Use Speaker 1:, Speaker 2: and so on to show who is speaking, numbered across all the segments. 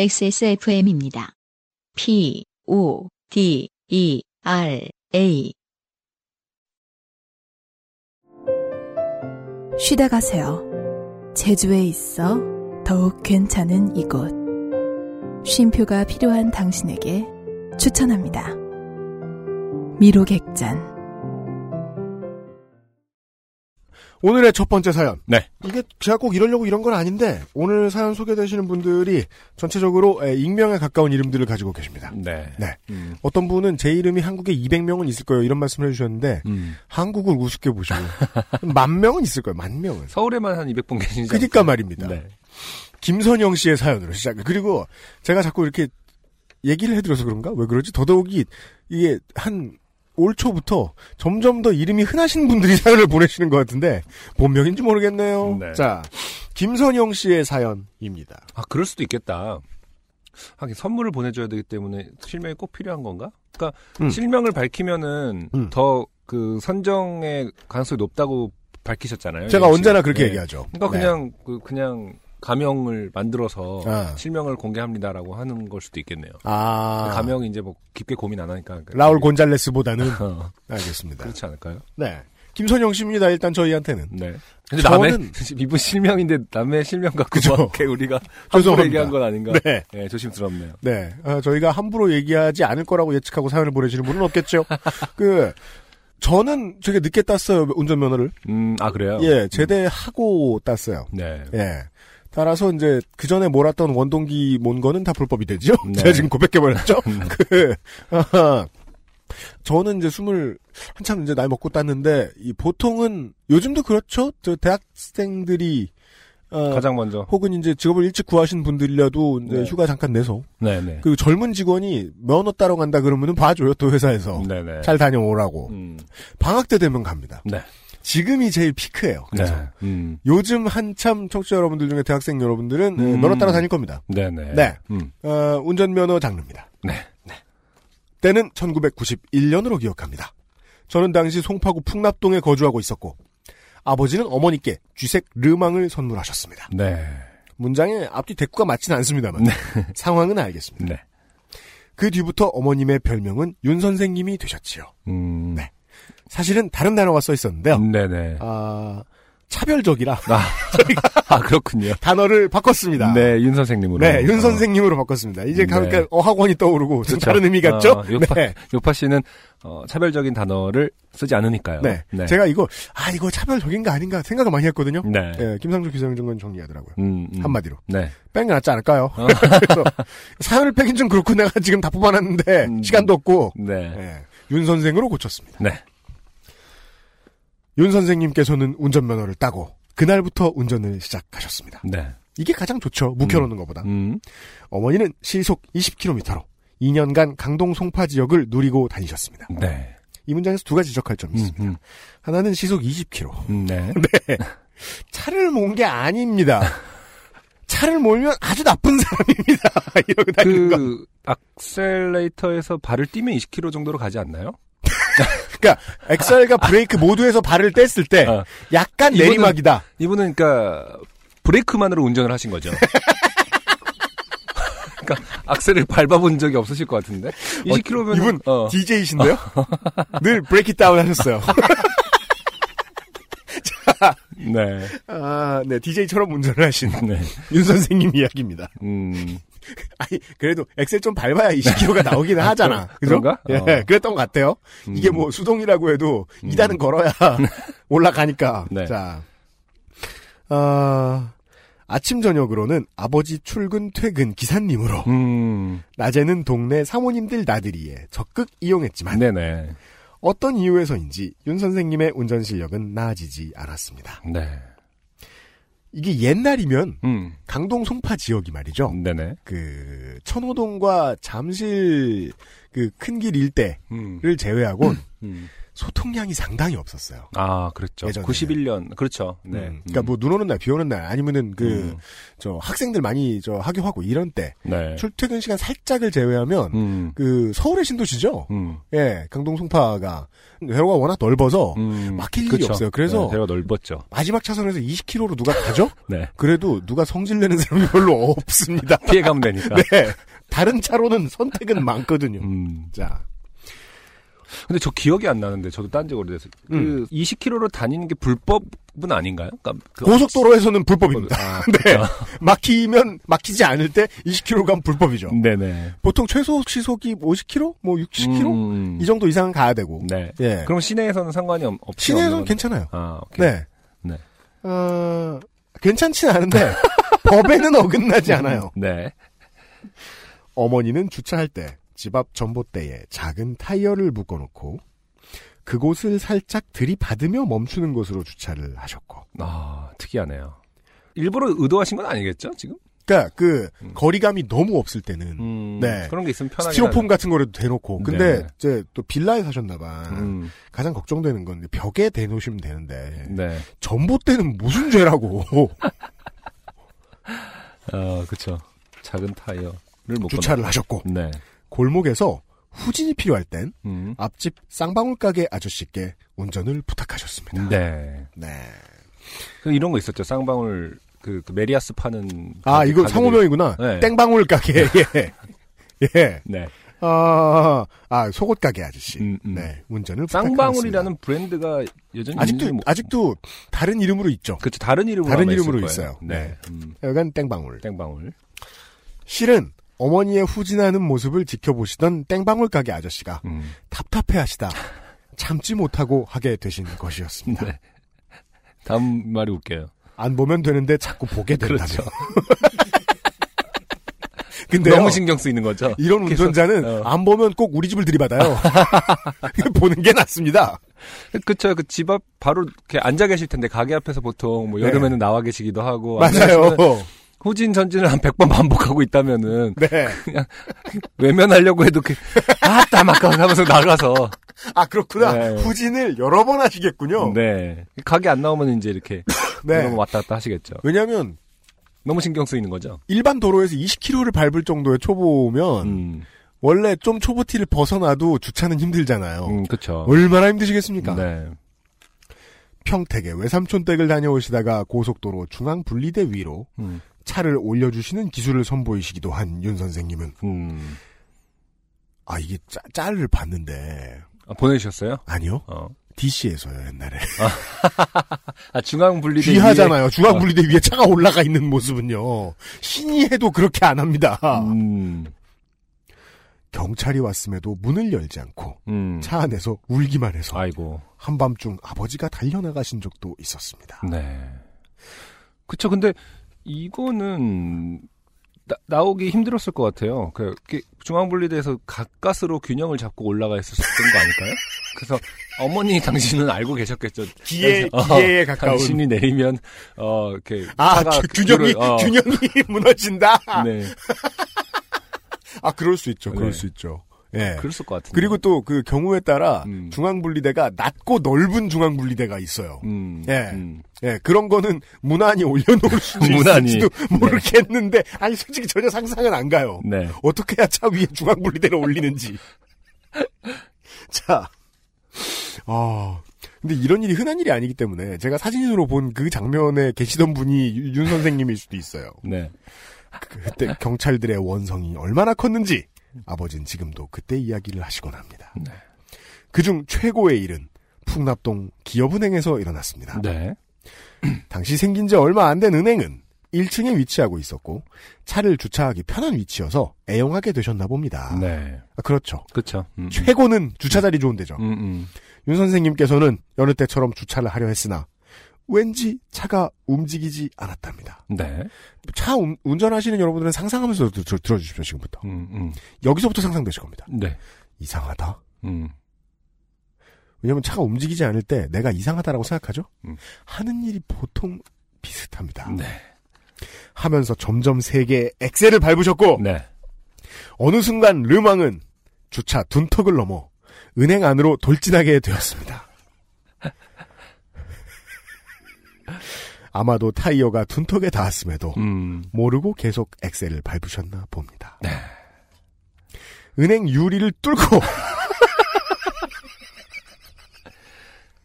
Speaker 1: XSFM입니다. P, O, D, E, R, A.
Speaker 2: 쉬다 가세요. 제주에 있어 더욱 괜찮은 이곳. 쉼표가 필요한 당신에게 추천합니다. 미로객잔.
Speaker 3: 오늘의 첫 번째 사연.
Speaker 4: 네.
Speaker 3: 이게 제가 꼭 이러려고 이런 건 아닌데 오늘 사연 소개되시는 분들이 전체적으로 에, 익명에 가까운 이름들을 가지고 계십니다.
Speaker 4: 네.
Speaker 3: 네.
Speaker 4: 음.
Speaker 3: 어떤 분은 제 이름이 한국에 200명은 있을 거예요 이런 말씀을 해주셨는데
Speaker 4: 음.
Speaker 3: 한국을 우습게 보시고 만 명은 있을 거예요 만 명은.
Speaker 4: 서울에만 한 200분 계시죠?
Speaker 3: 그니까 말입니다.
Speaker 4: 네.
Speaker 3: 김선영 씨의 사연으로 시작. 그리고 제가 자꾸 이렇게 얘기를 해드려서 그런가? 왜 그러지? 더더욱이 이게 한 올 초부터 점점 더 이름이 흔하신 분들이 사연을 보내시는 것 같은데 본명인지 모르겠네요.
Speaker 4: 네.
Speaker 3: 자, 김선영 씨의 사연입니다.
Speaker 4: 아, 그럴 수도 있겠다. 하긴 선물을 보내줘야 되기 때문에 실명이 꼭 필요한 건가? 그러니까
Speaker 3: 음.
Speaker 4: 실명을 밝히면은
Speaker 3: 음.
Speaker 4: 더 그 선정의 가능성이 높다고 밝히셨잖아요.
Speaker 3: 제가
Speaker 4: 예,
Speaker 3: 언제나
Speaker 4: 지금.
Speaker 3: 그렇게
Speaker 4: 네.
Speaker 3: 얘기하죠. 네.
Speaker 4: 그러니까 그냥 그 그냥 가명을 만들어서
Speaker 3: 아.
Speaker 4: 실명을 공개합니다라고 하는 걸 수도 있겠네요.
Speaker 3: 아
Speaker 4: 가명이 이제 뭐 깊게 고민 안 하니까
Speaker 3: 라울 네. 곤잘레스보다는
Speaker 4: 어,
Speaker 3: 알겠습니다.
Speaker 4: 그렇지 않을까요?
Speaker 3: 네, 김선영 씨입니다. 일단 저희한테는
Speaker 4: 네. 근데
Speaker 3: 저는-
Speaker 4: 남의 이분 실명인데 남의 실명 갖고
Speaker 3: 그죠.
Speaker 4: 저렇게 우리가 함부로
Speaker 3: 죄송합니다.
Speaker 4: 얘기한 건 아닌가?
Speaker 3: 네.
Speaker 4: 예, 조심스럽네요.
Speaker 3: 네, 아, 저희가 함부로 얘기하지 않을 거라고 예측하고 사연을 보내시는 분은 없겠죠. 그 저는 되게 늦게 땄어요 운전면허를.
Speaker 4: 음, 아 그래요?
Speaker 3: 예, 제대하고 땄어요.
Speaker 4: 음, 네.
Speaker 3: 예. 따라서 이제 그 전에 몰았던 원동기 몬 거는 다 불법이 되죠.
Speaker 4: 네.
Speaker 3: 제가 지금 고백해버렸죠.
Speaker 4: 음,
Speaker 3: 그 아하. 저는 이제 스물 한참 이제 나이 먹고 땄는데 이 보통은 요즘도 그렇죠. 저 대학생들이 어,
Speaker 4: 가장 먼저.
Speaker 3: 혹은 이제 직업을 일찍 구하신 분들이라도 이제
Speaker 4: 네.
Speaker 3: 휴가 잠깐 내서
Speaker 4: 네, 네.
Speaker 3: 그리고 젊은 직원이 면허 따러 간다 그러면은 봐줘요 또 회사에서
Speaker 4: 네, 네.
Speaker 3: 잘 다녀오라고
Speaker 4: 음,
Speaker 3: 방학 때 되면 갑니다.
Speaker 4: 네.
Speaker 3: 지금이 제일 피크예요.
Speaker 4: 네.
Speaker 3: 그래서
Speaker 4: 음.
Speaker 3: 요즘 한참 청취자 여러분들 중에 대학생 여러분들은 네,
Speaker 4: 음.
Speaker 3: 면허 따라 다닐 겁니다.
Speaker 4: 네, 네.
Speaker 3: 네.
Speaker 4: 음.
Speaker 3: 어, 운전면허 장르입니다.
Speaker 4: 네.
Speaker 3: 때는 1991년으로 기억합니다. 저는 당시 송파구 풍납동에 거주하고 있었고 아버지는 어머니께 쥐색 르망을 선물하셨습니다.
Speaker 4: 네.
Speaker 3: 문장의 앞뒤 대꾸가 맞지는 않습니다만 상황은 알겠습니다.
Speaker 4: 네.
Speaker 3: 그 뒤부터 어머님의 별명은 윤 선생님이 되셨지요.
Speaker 4: 음.
Speaker 3: 네. 사실은 다른 단어가 써 있었는데요.
Speaker 4: 네, 네.
Speaker 3: 아, 차별적이라
Speaker 4: 아, 그렇군요.
Speaker 3: 단어를 바꿨습니다.
Speaker 4: 네, 윤 선생님으로.
Speaker 3: 네, 윤 선생님으로 바꿨습니다. 이제
Speaker 4: 네.
Speaker 3: 가니까 어학원이 떠오르고 좀
Speaker 4: 그렇죠.
Speaker 3: 다른 의미 같죠?
Speaker 4: 어, 요파,
Speaker 3: 네.
Speaker 4: 요파 씨는 어, 차별적인 단어를 쓰지 않으니까요.
Speaker 3: 네. 제가 이거 아 이거 차별적인가 아닌가 생각을 많이 했거든요.
Speaker 4: 네.
Speaker 3: 예, 김상조 기상정관 정리하더라고요.
Speaker 4: 음, 음. 어.
Speaker 3: 한마디로
Speaker 4: 네.
Speaker 3: 뺑이 낫지 않을까요? 그래서 사연을 빼긴 좀 그렇고 내가 지금 다 뽑아놨는데
Speaker 4: 음.
Speaker 3: 시간도 없고
Speaker 4: 네.
Speaker 3: 예, 윤 선생으로 고쳤습니다.
Speaker 4: 네.
Speaker 3: 윤 선생님께서는 운전면허를 따고 그날부터 운전을 시작하셨습니다.
Speaker 4: 네.
Speaker 3: 이게 가장 좋죠. 묵혀놓는 것보다.
Speaker 4: 음.
Speaker 3: 어머니는 시속 20km로 2년간 강동 송파 지역을 누리고 다니셨습니다.
Speaker 4: 네.
Speaker 3: 이 문장에서 두 가지 지적할 점이 있습니다.
Speaker 4: 음,
Speaker 3: 하나는 시속 20km.
Speaker 4: 음. 네.
Speaker 3: 차를 모은 게 아닙니다. 차를 몰면 아주 나쁜 사람입니다. 아, 이러고 다니는 거.
Speaker 4: 그 악셀레이터에서 발을 뛰면 20km 정도로 가지 않나요?
Speaker 3: 그러니까 엑셀과 브레이크 모두에서 발을 뗐을 때
Speaker 4: 어.
Speaker 3: 약간
Speaker 4: 이거는-
Speaker 3: 내리막이다.
Speaker 4: 이분은 그러니까 브레이크만으로 운전을 하신 거죠. 그러니까 악셀을 밟아본 적이 없으실 것 같은데 20km면
Speaker 3: 어, 이분
Speaker 4: 어,
Speaker 3: DJ이신데요? 늘 브레이크 다운 하셨어요.
Speaker 4: 네,
Speaker 3: 아, 네, DJ처럼 운전을 하신
Speaker 4: 네,
Speaker 3: 윤 선생님 이야기입니다.
Speaker 4: 음,
Speaker 3: 아니, 그래도 엑셀 좀 밟아야 20km가 나오긴 하잖아. 그죠?
Speaker 4: 그런가?
Speaker 3: 예,
Speaker 4: 어.
Speaker 3: 그랬던 것 같아요.
Speaker 4: 음.
Speaker 3: 이게 뭐 수동이라고 해도 이단은 걸어야 올라가니까.
Speaker 4: 네.
Speaker 3: 자, 아, 아침 저녁으로는 아버지 출근 퇴근 기사님으로
Speaker 4: 음,
Speaker 3: 낮에는 동네 사모님들 나들이에 적극 이용했지만
Speaker 4: 네, 네,
Speaker 3: 어떤 이유에서인지 윤 선생님의 운전 실력은 나아지지 않았습니다.
Speaker 4: 네,
Speaker 3: 이게 옛날이면
Speaker 4: 음,
Speaker 3: 강동 송파 지역이 말이죠.
Speaker 4: 네, 네,
Speaker 3: 그 천호동과 잠실 그 큰 길 일대를
Speaker 4: 음,
Speaker 3: 제외하고
Speaker 4: 음,
Speaker 3: 소통량이 상당히 없었어요.
Speaker 4: 아, 그랬죠.
Speaker 3: 예전에는.
Speaker 4: 91년. 그렇죠. 네.
Speaker 3: 음, 그러니까 뭐 눈 오는 날, 비 오는 날 아니면은 그 저
Speaker 4: 음.
Speaker 3: 학생들 많이 저 학교하고 이런 때
Speaker 4: 네.
Speaker 3: 출퇴근 시간 살짝을 제외하면
Speaker 4: 음.
Speaker 3: 그 서울의 신도시죠.
Speaker 4: 음.
Speaker 3: 예, 강동 송파가 회로가 워낙 넓어서
Speaker 4: 음.
Speaker 3: 막힐 일이
Speaker 4: 그쵸.
Speaker 3: 없어요. 그래서
Speaker 4: 네, 대가 넓었죠.
Speaker 3: 마지막 차선에서 20km로 누가 가죠?
Speaker 4: 네.
Speaker 3: 그래도 누가 성질내는 사람이 별로 없습니다.
Speaker 4: 피해가면 되니까.
Speaker 3: 네. 다른 차로는 선택은 많거든요.
Speaker 4: 음.
Speaker 3: 자,
Speaker 4: 근데 저 기억이 안 나는데 저도 딴지 오래돼서 그
Speaker 3: 음.
Speaker 4: 20km로 다니는 게 불법은 아닌가요? 그러니까 그
Speaker 3: 고속도로에서는 불법입니다.
Speaker 4: 아,
Speaker 3: 네. 막히면 막히지 않을 때 20km 가면 불법이죠.
Speaker 4: 음. 네네.
Speaker 3: 보통 최소 시속이 50km, 뭐 60km
Speaker 4: 음.
Speaker 3: 이 정도 이상은 가야 되고.
Speaker 4: 네.
Speaker 3: 예.
Speaker 4: 그럼 시내에서는 상관이 없, 없죠.
Speaker 3: 시내에서는
Speaker 4: 없는
Speaker 3: 괜찮아요.
Speaker 4: 건- 아, 오케이.
Speaker 3: 네.
Speaker 4: 네.
Speaker 3: 어, 괜찮진 않은데 법에는 어긋나지 않아요.
Speaker 4: 네.
Speaker 3: 어머니는 주차할 때 집 앞 전봇대에 작은 타이어를 묶어놓고 그곳을 살짝 들이받으며 멈추는 곳으로 주차를 하셨고.
Speaker 4: 아, 특이하네요. 일부러 의도하신 건 아니겠죠, 지금?
Speaker 3: 그러니까 그
Speaker 4: 음.
Speaker 3: 거리감이 너무 없을 때는
Speaker 4: 음,
Speaker 3: 네.
Speaker 4: 그런 게 있으면 편하게.
Speaker 3: 스티로폼 같은 거라도 대놓고. 근데
Speaker 4: 네.
Speaker 3: 이제 또 빌라에 사셨나봐.
Speaker 4: 음,
Speaker 3: 가장 걱정되는 건 벽에 대놓으시면 되는데
Speaker 4: 네.
Speaker 3: 전봇대는 무슨 죄라고
Speaker 4: 어, 그쵸. 작은 타이어를 묶어.
Speaker 3: 주차를 하셨고
Speaker 4: 네.
Speaker 3: 골목에서 후진이 필요할 땐
Speaker 4: 음.
Speaker 3: 앞집 쌍방울 가게 아저씨께 운전을 부탁하셨습니다.
Speaker 4: 네.
Speaker 3: 네.
Speaker 4: 그 이런 거 있었죠. 쌍방울, 그, 그 메리아스 파는.
Speaker 3: 아,
Speaker 4: 그
Speaker 3: 이거
Speaker 4: 가게들이-
Speaker 3: 상호명이구나.
Speaker 4: 네.
Speaker 3: 땡방울 가게. 예. 예.
Speaker 4: 네.
Speaker 3: 아, 아, 속옷 가게 아저씨.
Speaker 4: 음, 음.
Speaker 3: 네. 운전을 부탁하셨습니다.
Speaker 4: 쌍방울이라는 뭐- 브랜드가 여전히.
Speaker 3: 아직도
Speaker 4: 있는지 모-
Speaker 3: 아직도 다른 이름으로 있죠.
Speaker 4: 그쵸. 다른 이름으로.
Speaker 3: 다른
Speaker 4: 아마 있을
Speaker 3: 이름으로
Speaker 4: 거예요.
Speaker 3: 있어요.
Speaker 4: 네.
Speaker 3: 네.
Speaker 4: 음,
Speaker 3: 여간 땡방울.
Speaker 4: 땡방울.
Speaker 3: 실은 어머니의 후진하는 모습을 지켜보시던 땡방울 가게 아저씨가
Speaker 4: 음.
Speaker 3: 답답해하시다 참지 못하고 하게 되신 것이었습니다.
Speaker 4: 네. 다음 말이 웃겨요.
Speaker 3: 안 보면 되는데 자꾸 보게 된다며.
Speaker 4: 그렇죠.
Speaker 3: 근데
Speaker 4: 너무 신경 쓰이는 거죠.
Speaker 3: 이런
Speaker 4: 계속-
Speaker 3: 운전자는
Speaker 4: 어.
Speaker 3: 안 보면 꼭 우리 집을 들이받아요. 보는 게 낫습니다.
Speaker 4: 그쵸. 그 집 앞 바로 이렇게 앉아 계실 텐데 가게 앞에서 보통 뭐
Speaker 3: 네.
Speaker 4: 여름에는 나와 계시기도 하고
Speaker 3: 맞아요.
Speaker 4: 후진 전진을 한 100번 반복하고 있다면은
Speaker 3: 네.
Speaker 4: 외면하려고 해도 그 아따 막가 하면서 나가서
Speaker 3: 아 그렇구나.
Speaker 4: 네.
Speaker 3: 후진을 여러 번 하시겠군요.
Speaker 4: 네 가게 안 나오면 이제 이렇게
Speaker 3: 네.
Speaker 4: 너무 왔다 갔다 하시겠죠.
Speaker 3: 왜냐하면
Speaker 4: 너무 신경 쓰이는 거죠.
Speaker 3: 일반 도로에서 20km를 밟을 정도의 초보면
Speaker 4: 음,
Speaker 3: 원래 좀 초보티를 벗어나도 그러니까. 주차는 힘들잖아요.
Speaker 4: 음 그렇죠.
Speaker 3: 얼마나 힘드시겠습니까?
Speaker 4: 네.
Speaker 3: 평택에 외삼촌 댁을 다녀오시다가 고속도로 중앙 분리대 위로
Speaker 4: 음,
Speaker 3: 차를 올려주시는 기술을 선보이시기도 한 윤 선생님은
Speaker 4: 음.
Speaker 3: 아 이게 짜, 짤을 봤는데
Speaker 4: 아, 보내주셨어요?
Speaker 3: 아니요
Speaker 4: 어.
Speaker 3: DC에서요 옛날에
Speaker 4: 아 중앙 분리대
Speaker 3: 귀하잖아요
Speaker 4: 어.
Speaker 3: 중앙 분리대 위에 차가 올라가 있는 모습은요 신이 해도 그렇게 안 합니다
Speaker 4: 위에- 음,
Speaker 3: 경찰이 왔음에도 문을 열지 않고
Speaker 4: 음.
Speaker 3: 차 안에서 울기만 해서
Speaker 4: 아이고.
Speaker 3: 한밤중 아버지가 달려나가신 적도 있었습니다
Speaker 4: 네. 그쵸. 근데 이거는 나, 오기 힘들었을 것 같아요. 그 이렇게 중앙분리대에서 가까스로 균형을 잡고 올라가 있었던 거 아닐까요? 그래서 어머니 당신은 알고 계셨겠죠.
Speaker 3: 기에
Speaker 4: 어,
Speaker 3: 기에 가까운
Speaker 4: 당신이 내리면 어 이렇게
Speaker 3: 아
Speaker 4: 차가
Speaker 3: 저- 균형이
Speaker 4: 뒤로- 어,
Speaker 3: 균형이 무너진다
Speaker 4: 네.
Speaker 3: 아 그럴 수 있죠 그럴
Speaker 4: 네.
Speaker 3: 수 있죠 예
Speaker 4: 그랬을 것 같은데.
Speaker 3: 그리고 또 그 경우에 따라
Speaker 4: 음.
Speaker 3: 중앙분리대가 낮고 넓은 중앙분리대가 있어요.
Speaker 4: 음,
Speaker 3: 예.
Speaker 4: 음.
Speaker 3: 예, 그런 거는 무난히 올려놓을 수도
Speaker 4: 무난히.
Speaker 3: 있을지도 모르겠는데, 아니 솔직히 전혀 상상은 안 가요.
Speaker 4: 네.
Speaker 3: 어떻게 해야 차 위에 중앙분리대를 올리는지. 자, 어, 근데 이런 일이 흔한 일이 아니기 때문에 제가 사진으로 본 그 장면에 계시던 분이 유- 윤 선생님일 수도 있어요.
Speaker 4: 네.
Speaker 3: 그때 경찰들의 원성이 얼마나 컸는지 아버진 지금도 그때 이야기를 하시곤 합니다.
Speaker 4: 네.
Speaker 3: 그중 최고의 일은 풍납동 기업은행에서 일어났습니다.
Speaker 4: 네.
Speaker 3: 당시 생긴 지 얼마 안 된 은행은 1층에 위치하고 있었고 차를 주차하기 편한 위치여서 애용하게 되셨나 봅니다.
Speaker 4: 네.
Speaker 3: 아, 그렇죠.
Speaker 4: 그쵸. 음.
Speaker 3: 최고는 주차 자리 좋은 데죠.
Speaker 4: 음, 음.
Speaker 3: 윤 선생님께서는 여느 때처럼 주차를 하려 했으나 왠지 차가 움직이지 않았답니다.
Speaker 4: 네.
Speaker 3: 차 운- 운전하시는 여러분들은 상상하면서 들- 들- 들어주십시오 지금부터.
Speaker 4: 음,
Speaker 3: 여기서부터 상상되실 겁니다.
Speaker 4: 음. 네.
Speaker 3: 이상하다.
Speaker 4: 음.
Speaker 3: 왜냐면 차가 움직이지 않을 때 내가 이상하다라고 생각하죠?
Speaker 4: 음.
Speaker 3: 하는 일이 보통 비슷합니다.
Speaker 4: 네.
Speaker 3: 하면서 점점 세게 엑셀을 밟으셨고
Speaker 4: 네.
Speaker 3: 어느 순간 르망은 주차 둔턱을 넘어 은행 안으로 돌진하게 되었습니다. 아마도 타이어가 둔턱에 닿았음에도
Speaker 4: 음.
Speaker 3: 모르고 계속 엑셀을 밟으셨나 봅니다.
Speaker 4: 네.
Speaker 3: 은행 유리를 뚫고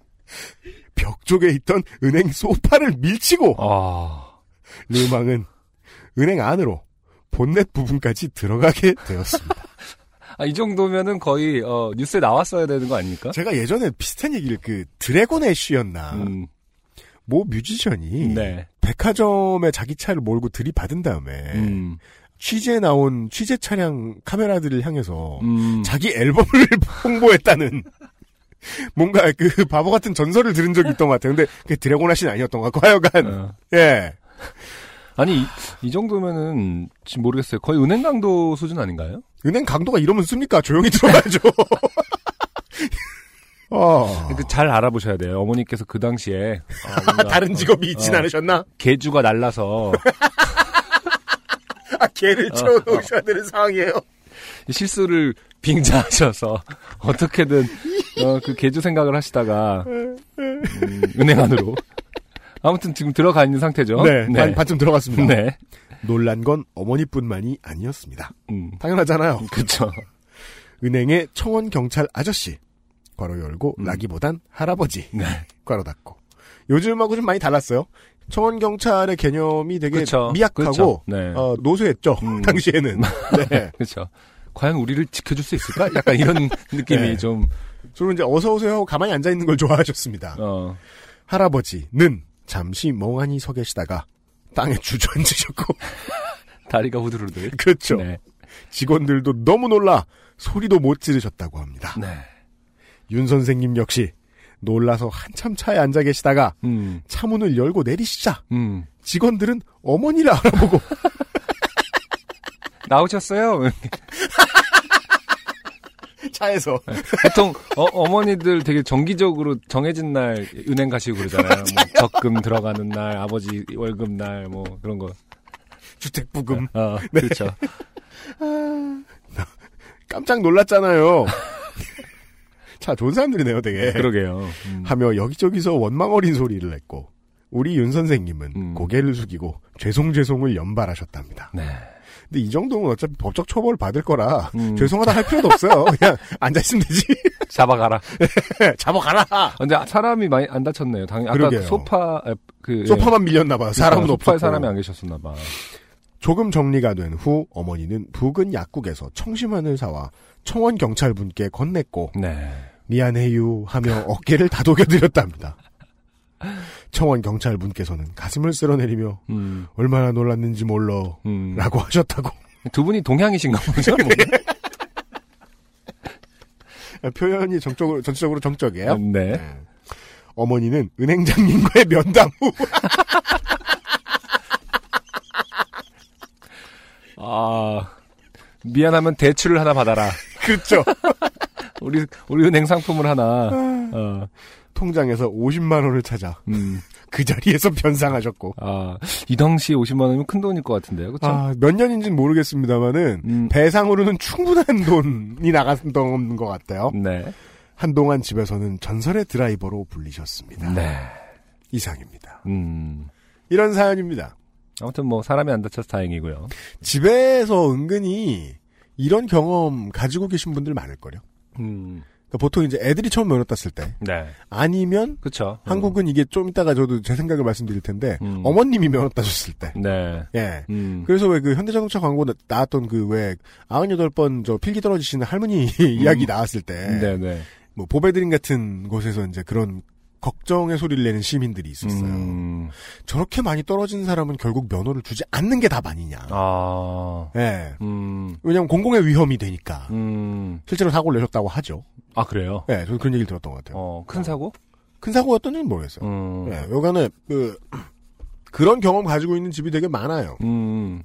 Speaker 3: 벽 쪽에 있던 은행 소파를 밀치고
Speaker 4: 아.
Speaker 3: 르망은 은행 안으로 본넷 부분까지 들어가게 되었습니다.
Speaker 4: 아, 이 정도면은 거의, 어, 뉴스에 나왔어야 되는 거 아닙니까?
Speaker 3: 제가 예전에 비슷한 얘기를 그 드래곤 애쉬였나
Speaker 4: 음.
Speaker 3: 모 뮤지션이
Speaker 4: 네.
Speaker 3: 백화점에 자기 차를 몰고 들이받은 다음에
Speaker 4: 음.
Speaker 3: 취재 나온 취재 차량 카메라들을 향해서
Speaker 4: 음.
Speaker 3: 자기 앨범을 홍보했다는 뭔가 그 바보 같은 전설을 들은 적이 있던 것 같아요. 근데 그게 드래곤 아신 아니었던 것 같고 하여간
Speaker 4: 어.
Speaker 3: 예
Speaker 4: 아니, 이, 이 정도면은, 지금 모르겠어요. 거의 은행 강도 수준 아닌가요?
Speaker 3: 은행 강도가 이러면 씁니까? 조용히 들어가야죠. 어.
Speaker 4: 그러니까 잘 알아보셔야 돼요. 어머니께서 그 당시에. 어, 뭔가,
Speaker 3: 아, 다른 직업이 있진
Speaker 4: 어.
Speaker 3: 않으셨나?
Speaker 4: 개주가 날라서
Speaker 3: 아, 걔를
Speaker 4: 어.
Speaker 3: 채워놓으셔야 되는 상황이에요.
Speaker 4: 실수를 빙자하셔서 어떻게든 어, 그 개주 생각을 하시다가 음, 은행 안으로 아무튼 지금 들어가 있는 상태죠.
Speaker 3: 네, 반,
Speaker 4: 네.
Speaker 3: 반쯤 들어갔습니다.
Speaker 4: 네.
Speaker 3: 놀란 건 어머니뿐만이 아니었습니다.
Speaker 4: 음,
Speaker 3: 당연하잖아요.
Speaker 4: 그쵸.
Speaker 3: 은행의 청원 경찰 아저씨. 괄호 열고
Speaker 4: 음.
Speaker 3: 라기보단 할아버지.
Speaker 4: 네.
Speaker 3: 괄호 닫고. 요즘하고 좀 많이 달랐어요. 청원 경찰의 개념이 되게
Speaker 4: 그쵸.
Speaker 3: 미약하고
Speaker 4: 그쵸. 네.
Speaker 3: 어, 노쇠했죠.
Speaker 4: 음.
Speaker 3: 당시에는. 네.
Speaker 4: 그쵸. 과연 우리를 지켜줄 수 있을까? 약간 이런 느낌이
Speaker 3: 네.
Speaker 4: 좀,
Speaker 3: 주로 이제 어서 오세요 하고 가만히 앉아 있는 걸 좋아하셨습니다.
Speaker 4: 어,
Speaker 3: 할아버지는 잠시 멍하니 서 계시다가 땅에 주저앉으셨고
Speaker 4: 다리가 후들후들.
Speaker 3: 그렇죠.
Speaker 4: 네.
Speaker 3: 직원들도 너무 놀라 소리도 못 지르셨다고 합니다.
Speaker 4: 네.
Speaker 3: 윤 선생님 역시 놀라서 한참 차에 앉아 계시다가
Speaker 4: 음,
Speaker 3: 차문을 열고 내리시자
Speaker 4: 음.
Speaker 3: 직원들은 어머니를 알아보고
Speaker 4: 나오셨어요?
Speaker 3: 차에서
Speaker 4: 보통 어, 어머니들 되게 정기적으로 정해진 날 은행 가시고 그러잖아요. 뭐 적금 들어가는 날, 아버지 월급 날, 뭐 그런 거.
Speaker 3: 주택 부금
Speaker 4: 어,
Speaker 3: 네.
Speaker 4: 그렇죠.
Speaker 3: 깜짝 놀랐잖아요. 차 좋은 사람들이네요, 되게.
Speaker 4: 그러게요. 음.
Speaker 3: 하며 여기저기서 원망 어린 소리를 냈고 우리 윤 선생님은
Speaker 4: 음.
Speaker 3: 고개를 숙이고 죄송 죄송을 연발하셨답니다.
Speaker 4: 네.
Speaker 3: 근데 이 정도면 어차피 법적 처벌 받을 거라
Speaker 4: 음.
Speaker 3: 죄송하다 할 필요도 없어요. 그냥 앉아 있으면 되지.
Speaker 4: 예, 잡아가라.
Speaker 3: 잡아가라.
Speaker 4: 근데 사람이 많이 안 다쳤네요. 당연히 아까
Speaker 3: 그러게요.
Speaker 4: 그 소파 아, 그
Speaker 3: 소파만 밀렸나 봐요. 사람은
Speaker 4: 예, 소파에
Speaker 3: 없었고.
Speaker 4: 사람이 안 계셨었나 봐.
Speaker 3: 조금 정리가 된 후 어머니는 부근 약국에서 청심환을 사와 청원 경찰분께 건넸고
Speaker 4: 네.
Speaker 3: 미안해요 하며 어깨를 다독여 드렸답니다. 청원 경찰분께서는 가슴을 쓸어내리며
Speaker 4: 음.
Speaker 3: 얼마나 놀랐는지 몰라
Speaker 4: 음.
Speaker 3: 라고 하셨다고
Speaker 4: 두 분이 동양이신가 보죠. 뭔가?
Speaker 3: 아, 표현이 정적으로 전체적으로 정적이에요.
Speaker 4: 네.
Speaker 3: 네. 어머니는 은행장님과의 면담 후
Speaker 4: 아 미안하면 대출을 하나 받아라.
Speaker 3: 그렇죠.
Speaker 4: 우리 우리 은행 상품을 하나. 어,
Speaker 3: 통장에서 50만 원을 찾아
Speaker 4: 음.
Speaker 3: 그 자리에서 변상하셨고
Speaker 4: 아, 이 당시 50만 원이면 큰 돈일 것 같은데요. 그렇죠?
Speaker 3: 아, 몇 년인지는 모르겠습니다만은
Speaker 4: 음.
Speaker 3: 배상으로는 충분한 돈이 나갔던 것 같아요.
Speaker 4: 네.
Speaker 3: 한동안 집에서는 전설의 드라이버로 불리셨습니다.
Speaker 4: 네.
Speaker 3: 이상입니다.
Speaker 4: 음.
Speaker 3: 이런 사연입니다.
Speaker 4: 아무튼 뭐 사람이 안 다쳐서 다행이고요.
Speaker 3: 집에서 은근히 이런 경험 가지고 계신 분들 많을 거요.
Speaker 4: 음.
Speaker 3: 그러니까 보통 이제 애들이 처음 면허 땄을 때
Speaker 4: 네.
Speaker 3: 아니면
Speaker 4: 그렇죠.
Speaker 3: 한국은 이게 좀 이따가 저도 제 생각을 말씀드릴 텐데
Speaker 4: 음.
Speaker 3: 어머님이 면허 따셨을 때
Speaker 4: 네.
Speaker 3: 예.
Speaker 4: 음.
Speaker 3: 그래서 왜 그 현대자동차 광고 나- 나왔던 그 왜 98번 저 필기 떨어지시는 할머니 이야기 나왔을 때 뭐
Speaker 4: 음. 네, 네.
Speaker 3: 보배드림 같은 곳에서 이제 그런 걱정의 소리를 내는 시민들이 있었어요.
Speaker 4: 음.
Speaker 3: 저렇게 많이 떨어진 사람은 결국 면허를 주지 않는 게 답 아니냐.
Speaker 4: 아.
Speaker 3: 예.
Speaker 4: 음.
Speaker 3: 왜냐면 하 공공의 위험이 되니까.
Speaker 4: 음.
Speaker 3: 실제로 사고를 내셨다고 하죠.
Speaker 4: 아, 그래요.
Speaker 3: 예, 저는 그런 얘기를 들었던 것 같아요.
Speaker 4: 어, 큰 사고?
Speaker 3: 큰 사고였던지는 모르겠어요.
Speaker 4: 음.
Speaker 3: 예, 요간에 그 그런 경험 가지고 있는 집이 되게 많아요.
Speaker 4: 음.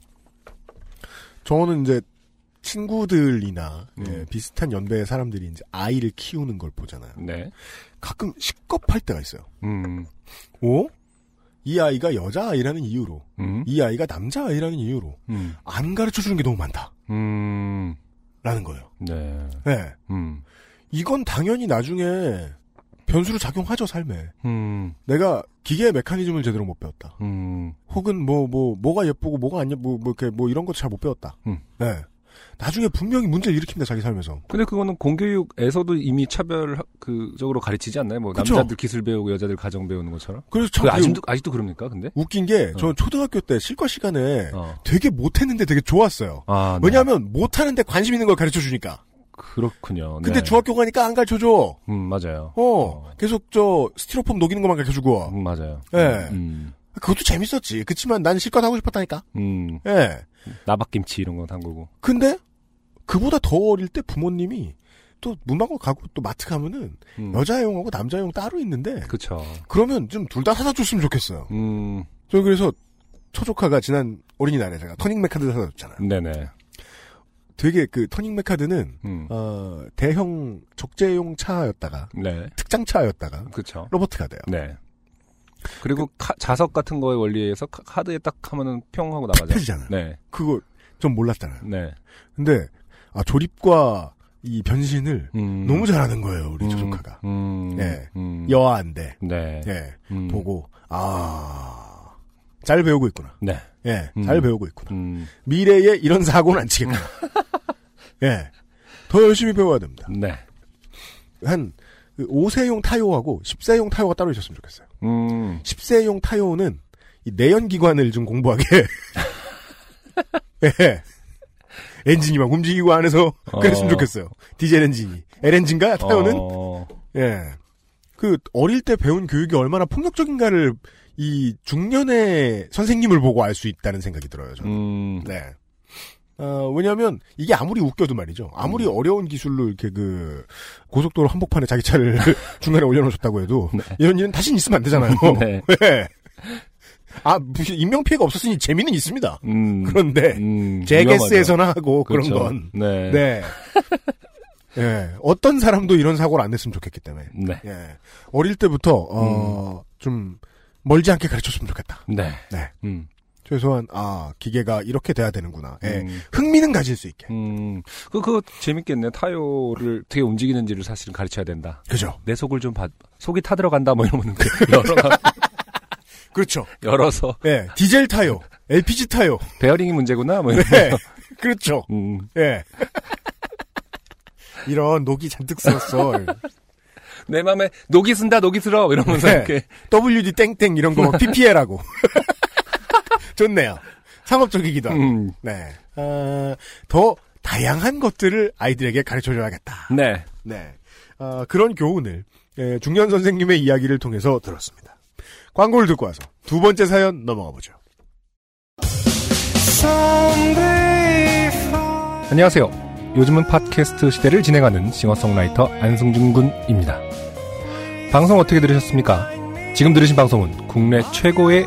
Speaker 3: 저는 이제 친구들이나 예,
Speaker 4: 음.
Speaker 3: 비슷한 연배의 사람들이 이제 아이를 키우는 걸 보잖아요.
Speaker 4: 네.
Speaker 3: 가끔 식겁할 때가 있어요.
Speaker 4: 음.
Speaker 3: 오? 이 아이가 여자아이라는 이유로,
Speaker 4: 음.
Speaker 3: 이 아이가 남자아이라는 이유로
Speaker 4: 음.
Speaker 3: 안 가르쳐 주는 게 너무 많다.
Speaker 4: 음.
Speaker 3: 라는 거예요.
Speaker 4: 네.
Speaker 3: 예.
Speaker 4: 음.
Speaker 3: 이건 당연히 나중에 변수로 작용하죠 삶에.
Speaker 4: 음,
Speaker 3: 내가 기계의 메커니즘을 제대로 못 배웠다.
Speaker 4: 음,
Speaker 3: 혹은 뭐, 뭐, 뭐가 예쁘고 뭐가 안 예쁘고 뭐, 이렇게 뭐 이런 것도 잘 못 배웠다.
Speaker 4: 음.
Speaker 3: 네. 나중에 분명히 문제를 일으킵니다, 자기 삶에서.
Speaker 4: 근데 그거는 공교육에서도 이미 차별 그적으로 가르치지 않나요? 뭐
Speaker 3: 그쵸.
Speaker 4: 남자들 기술 배우고 여자들 가정 배우는 것처럼.
Speaker 3: 그래서 참
Speaker 4: 그
Speaker 3: 그게
Speaker 4: 아직도 아직도 그럽니까? 근데
Speaker 3: 우- 웃긴 게, 저는
Speaker 4: 어.
Speaker 3: 초등학교 때 실과 시간에
Speaker 4: 어.
Speaker 3: 되게 못했는데 되게 좋았어요.
Speaker 4: 아, 네.
Speaker 3: 네. 왜냐하면 못하는데 관심 있는 걸 가르쳐 주니까.
Speaker 4: 그렇군요.
Speaker 3: 근데
Speaker 4: 네.
Speaker 3: 중학교 가니까 안 가르쳐 줘.
Speaker 4: 음, 맞아요.
Speaker 3: 어, 계속 저 스티로폼 녹이는 것만 가르쳐 주고.
Speaker 4: 음, 맞아요.
Speaker 3: 예.
Speaker 4: 음,
Speaker 3: 그것도 재밌었지. 그치만 난 실컷 하고 싶었다니까.
Speaker 4: 음,
Speaker 3: 예.
Speaker 4: 나박김치 이런 건 담그고.
Speaker 3: 근데 그보다 더 어릴 때 부모님이 또 문방구 가고 또 마트 가면은
Speaker 4: 음.
Speaker 3: 여자용하고 남자용 따로 있는데
Speaker 4: 그쵸.
Speaker 3: 그러면 좀 둘 다 사다 줬으면 좋겠어요.
Speaker 4: 음,
Speaker 3: 저 그래서 초조카가 지난 어린이날에 제가 터닝메카드 사다 줬잖아요.
Speaker 4: 네네.
Speaker 3: 되게 그 터닝메카드는
Speaker 4: 음,
Speaker 3: 어, 대형 적재용 차였다가
Speaker 4: 네.
Speaker 3: 특장 차였다가
Speaker 4: 그쵸.
Speaker 3: 로버트가 돼요.
Speaker 4: 네. 그리고 카- 자석 같은 거의 원리에서 카- 카드에 딱 하면은 평 하고 나가잖아요.
Speaker 3: 펴지잖아요.
Speaker 4: 네,
Speaker 3: 그거 좀 몰랐잖아요.
Speaker 4: 네.
Speaker 3: 근데 아, 조립과 이 변신을
Speaker 4: 음.
Speaker 3: 너무 잘하는 거예요 우리
Speaker 4: 음,
Speaker 3: 초조카가
Speaker 4: 음,
Speaker 3: 예.
Speaker 4: 음.
Speaker 3: 여아인데
Speaker 4: 네.
Speaker 3: 예
Speaker 4: 음.
Speaker 3: 보고 아, 아잘 배우고 있구나
Speaker 4: 네. 음.
Speaker 3: 예잘 배우고 있구나
Speaker 4: 음.
Speaker 3: 미래에 이런 사고는 안 치겠구나 예더 열심히 배워야 됩니다
Speaker 4: 네.
Speaker 3: 한 5세용 타요하고 10세용 타요가 따로 있었으면 좋겠어요
Speaker 4: 음.
Speaker 3: 10세용 타요는 이 내연기관을 좀 공부하게 예 엔진이 막 움직이고 안에서
Speaker 4: 어.
Speaker 3: 그랬으면 좋겠어요 디젤 엔진이 L 엔진가 타요는
Speaker 4: 어,
Speaker 3: 예. 그 어릴 때 배운 교육이 얼마나 폭력적인가를 이 중년의 선생님을 보고 알 수 있다는 생각이 들어요. 저는.
Speaker 4: 음.
Speaker 3: 네. 어, 왜냐하면 이게 아무리 웃겨도 말이죠. 아무리
Speaker 4: 음.
Speaker 3: 어려운 기술로 이렇게 그 고속도로 한복판에 자기 차를 중간에 올려놓으셨다고 해도
Speaker 4: 네.
Speaker 3: 이런 일은 다시는 있으면 안 되잖아요.
Speaker 4: 네.
Speaker 3: 예. 아 무슨 인명 피해가 없었으니 재미는 있습니다.
Speaker 4: 음.
Speaker 3: 그런데
Speaker 4: 음.
Speaker 3: 제게스에서나 하고
Speaker 4: 위험하죠. 그렇죠.
Speaker 3: 그런 건
Speaker 4: 네.
Speaker 3: 네. 예, 어떤 사람도 이런 사고를 안 냈으면 좋겠기 때문에
Speaker 4: 네.
Speaker 3: 예. 어릴 때부터
Speaker 4: 음.
Speaker 3: 어, 좀 멀지 않게 가르쳤으면 좋겠다.
Speaker 4: 네.
Speaker 3: 네.
Speaker 4: 음.
Speaker 3: 최소한 아 기계가 이렇게 돼야 되는구나. 예.
Speaker 4: 음.
Speaker 3: 흥미는 가질 수 있게.
Speaker 4: 음. 그, 그거 재밌겠네. 타요를 어떻게 움직이는지를 사실은 가르쳐야 된다.
Speaker 3: 그죠.
Speaker 4: 내 속을 좀 봐, 속이 타들어간다, 뭐 이러면 그 열어,
Speaker 3: 그렇죠.
Speaker 4: 열어서
Speaker 3: 예. 디젤 타요, LPG 타요.
Speaker 4: 베어링이 문제구나, 뭐 이런.
Speaker 3: 네. 그렇죠.
Speaker 4: 음.
Speaker 3: 예. 이런 녹이 잔뜩 썼어.
Speaker 4: 내 맘에 녹이 쓴다, 녹이 들어! 이러면서
Speaker 3: 네.
Speaker 4: 이렇게.
Speaker 3: WD 땡땡 이런 거 막 PPL하고. 네. 좋네요. 상업적이기도 하고.
Speaker 4: 음.
Speaker 3: 네. 어, 더 다양한 것들을 아이들에게 가르쳐줘야겠다.
Speaker 4: 네.
Speaker 3: 네. 아, 그런 교훈을 예, 중년 선생님의 이야기를 통해서 들었습니다. 광고를 듣고 와서 두 번째 사연 넘어가 보죠.
Speaker 4: 안녕하세요. 요즘은 팟캐스트 시대를 진행하는 싱어송라이터 안승준 군입니다. 방송 어떻게 들으셨습니까? 지금 들으신 방송은 국내 최고의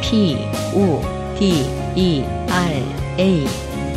Speaker 1: P O D E R A